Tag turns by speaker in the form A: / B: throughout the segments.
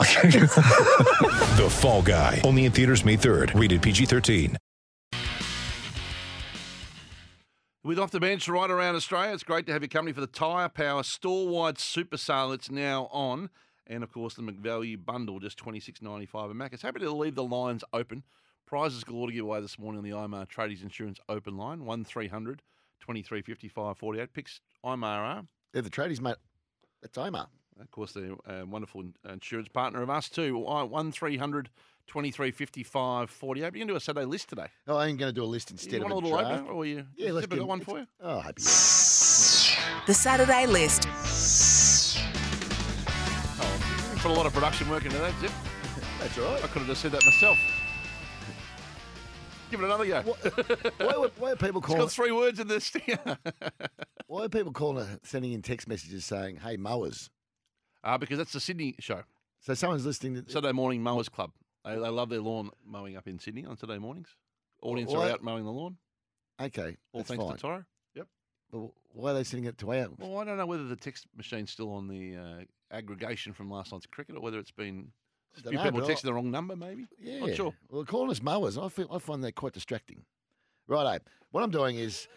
A: The Fall Guy. Only in theaters May 3rd. Rated PG-13.
B: With Off the Bench right around Australia, it's great to have you company for the Tyre Power store-wide super sale. It's now on. And, of course, the McValue bundle, just twenty six ninety five. And Mac is happy to leave the lines open. Prizes galore to give away this morning on the IMAR Tradies Insurance open line, 1300 2355 48. Picks IMAR.
C: They're the tradies, mate. That's Omar.
B: Of course, they're a wonderful in- insurance partner of us too. 1300 2355 48. You're going to do a Saturday list today.
C: Oh, I'm going to do a list instead
B: you want
C: of
B: a little
C: draft.
B: opener? Or you,
C: Yeah, let's
B: Zipper
C: do
B: got one for you?
C: Oh, happy.
D: The Saturday List.
B: Oh, you put a lot of production work into that, Zip.
C: That's all right.
B: I could have just said that myself. Give it another go.
C: Why, would- why are people
B: It's
C: calling?
B: got three words in this. stinger.
C: Why are people calling? Sending in text messages saying, "Hey, mowers."
B: uh, because that's the Sydney show.
C: So someone's listening. To,
B: Saturday morning mowers club. They, they love their lawn mowing up in Sydney on Saturday mornings. Audience are
C: Why-
B: out mowing the lawn.
C: okay,
B: All
C: that's
B: thanks
C: fine.
B: to Toro. Yep.
C: But why are they sending it to our?
B: Well, I don't know whether the text machine's still on the uh, aggregation from last night's cricket or whether it's been. A
C: Dunno,
B: few people
C: but I-
B: texting the wrong number, maybe.
C: Yeah.
B: Not Oh, sure.
C: Well, calling us mowers, I feel I find that quite distracting. Righto. What I'm doing is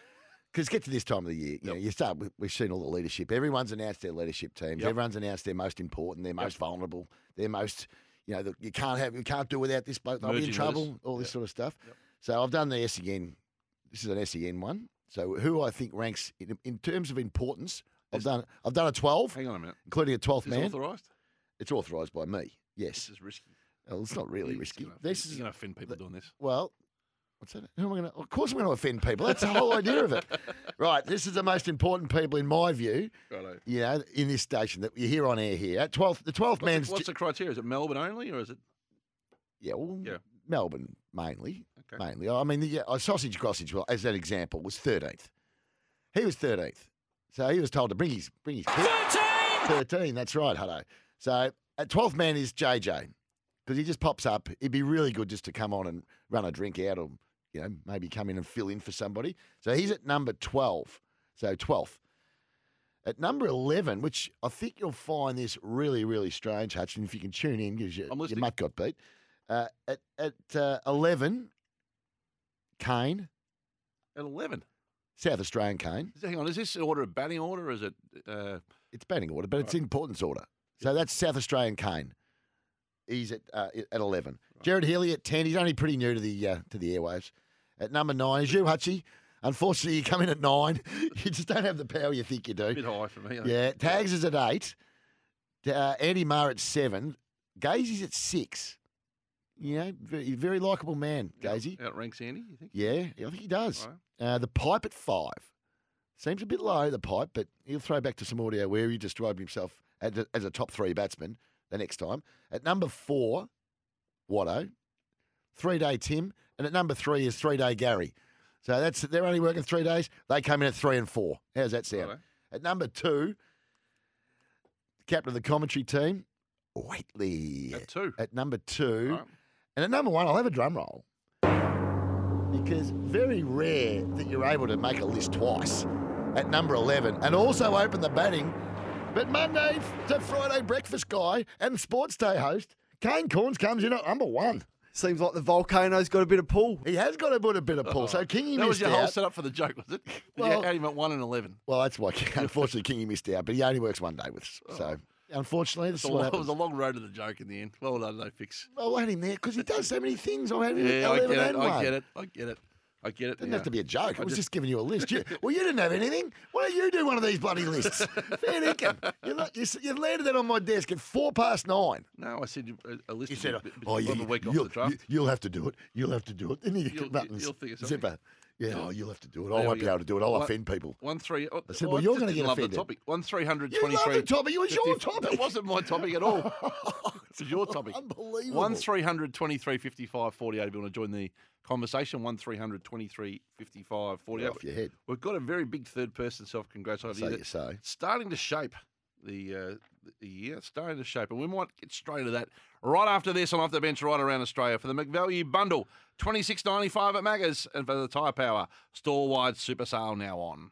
C: because get to this time of the year, you know, you start. With, we've seen all the leadership. Everyone's announced their leadership teams.
B: Yep.
C: Everyone's announced their most important, their most vulnerable, their most. You know, the, you can't have, you can't do without this bloke. I'll be in
B: Merging letters.
C: trouble. All this
B: Yep.
C: sort of stuff. So I've done the SEN. This is an SEN one. So who I think ranks in, in terms of importance. I've done I've done a twelve,
B: Hang on a minute.
C: including a twelfth
B: Is this
C: man.
B: authorised?
C: It's authorised by me. Yes.
B: This is risky.
C: Well, it's not really
B: You're
C: risky.
B: Gonna,
C: This
B: you're
C: is
B: going to offend people doing this.
C: well, what's that? Who am I going to? Of course, I'm going to offend people. That's the whole idea of it, right? This is the most important people, in my view.
B: Righto.
C: You know, in this station that you hear on air here. At twelfth, the twelfth
B: What's,
C: man's
B: the, what's the criteria? Is it Melbourne only, or is it?
C: yeah, well,
B: Yeah.
C: Melbourne mainly,
B: Okay.
C: mainly. I mean, the yeah, uh, sausage sausage well, as an example, was thirteenth. He was thirteenth, so he was told to bring his bring his kid. thirteen. Thirteen, that's right, Hutto. So at twelfth man is JJ because he just pops up. It'd be really good just to come on and run a drink out, or you know, maybe come in and fill in for somebody. So he's at number twelve. So twelfth. At number eleven, which I think you'll find this really, really strange, Hutchin, if you can tune in because your,
B: I'm
C: your
B: listening.
C: mutt got beat. Uh, at at uh, eleven, Kane,
B: At eleven.
C: South Australian Kane.
B: Is- Hang on, is this an order of batting order? Or is it? Uh,
C: It's batting order, but it's importance order. So that's South Australian Kane. He's at uh, i- at eleven. Jared Healy at ten. He's only pretty new to the uh, to the airwaves. At number nine is you, Hutchie. Unfortunately, you come in at nine. you just don't have the power you think you do.
B: a bit high for me. I think.
C: Yeah, Tags is at eight. Uh, Andy Marr at seven. Gazy's at six. You know, very, very likable man,
B: Out-
C: Gazy.
B: outranks Andy. You think?
C: Yeah, I think he does.
B: Right.
C: Uh, the pipe at five seems a bit low. The pipe, but he'll throw back to some audio where he described himself as a, as a top three batsman the next time. At number four, Watto, three day Tim, and at number three is three day Gary. So that's they're only working three days. They come in at three and four. How's that sound?
B: Righto.
C: At number two, captain of the commentary team, Waitley.
B: At two.
C: At number two.
B: Right.
C: And at number one, I'll have a drum roll. Because very rare that you're able to make a list twice at number 11 and also open the batting. But Monday f- to Friday breakfast guy and sports day host, Kane Corns comes in at number one.
E: Seems like the volcano's got a bit of pull.
C: He has got a bit, a bit of pull. So Kingy
B: That was
C: missed
B: your whole
C: out.
B: setup for the joke, was it? Did
C: Well-
B: you had him at one and eleven.
C: well, that's why, unfortunately, Kingy missed out, but he only works one day with
B: Oh.
C: us. So, unfortunately, this
B: So
C: is what
B: it was
C: happens.
B: a long road to the joke in the end. Well done, though, Fix.
C: Well, I had him there because he does so many things. I had him at
B: Yeah, I
C: 11
B: get it.
C: and 1.
B: I get it. I get it. I get it.
C: Didn't
B: yeah.
C: have to be a joke. It
B: I
C: was just,
B: just-
C: giving you a list. You, well, you didn't have anything. Why don't you do one of these bloody lists? Fair dinkum. You, lo- you, s- you landed that on my desk at four past nine.
B: No, I said uh, a list.
C: You
B: of
C: said,
B: bit- bit-
C: "Oh,
B: of
C: yeah,
B: a week off
C: you'll,
B: the draft.
C: you, will have to do it. You'll have to do it." Then you
B: You'll-
C: get buttons.
B: you'll figure something.
C: Zipper. Yeah, oh, you'll have to do it.
B: There
C: I
B: we
C: won't be
B: go.
C: able to do it. I'll
B: One-
C: offend people.
B: One three. oh,
C: I said,
B: oh,
C: well, you're
B: just
C: gonna
B: didn't
C: get
B: love the
C: offended.
B: topic. One three hundred
C: You
B: twenty-three.
C: love the topic. It was your
B: 50.
C: topic.
B: That wasn't my topic at all. is your topic.
C: Unbelievable.
B: One 23 55 48 if you want to join the conversation. One 23 55 48
C: Off your head.
B: We've got a very big third person self congratulatory
C: So you say.
B: starting to shape the, uh, the year, it's starting to shape. And we might get straight to that right after this on Off the Bench right around Australia for the McValue Bundle, twenty six ninety five at Maggers, and for the Tyre Power, store wide super sale now on.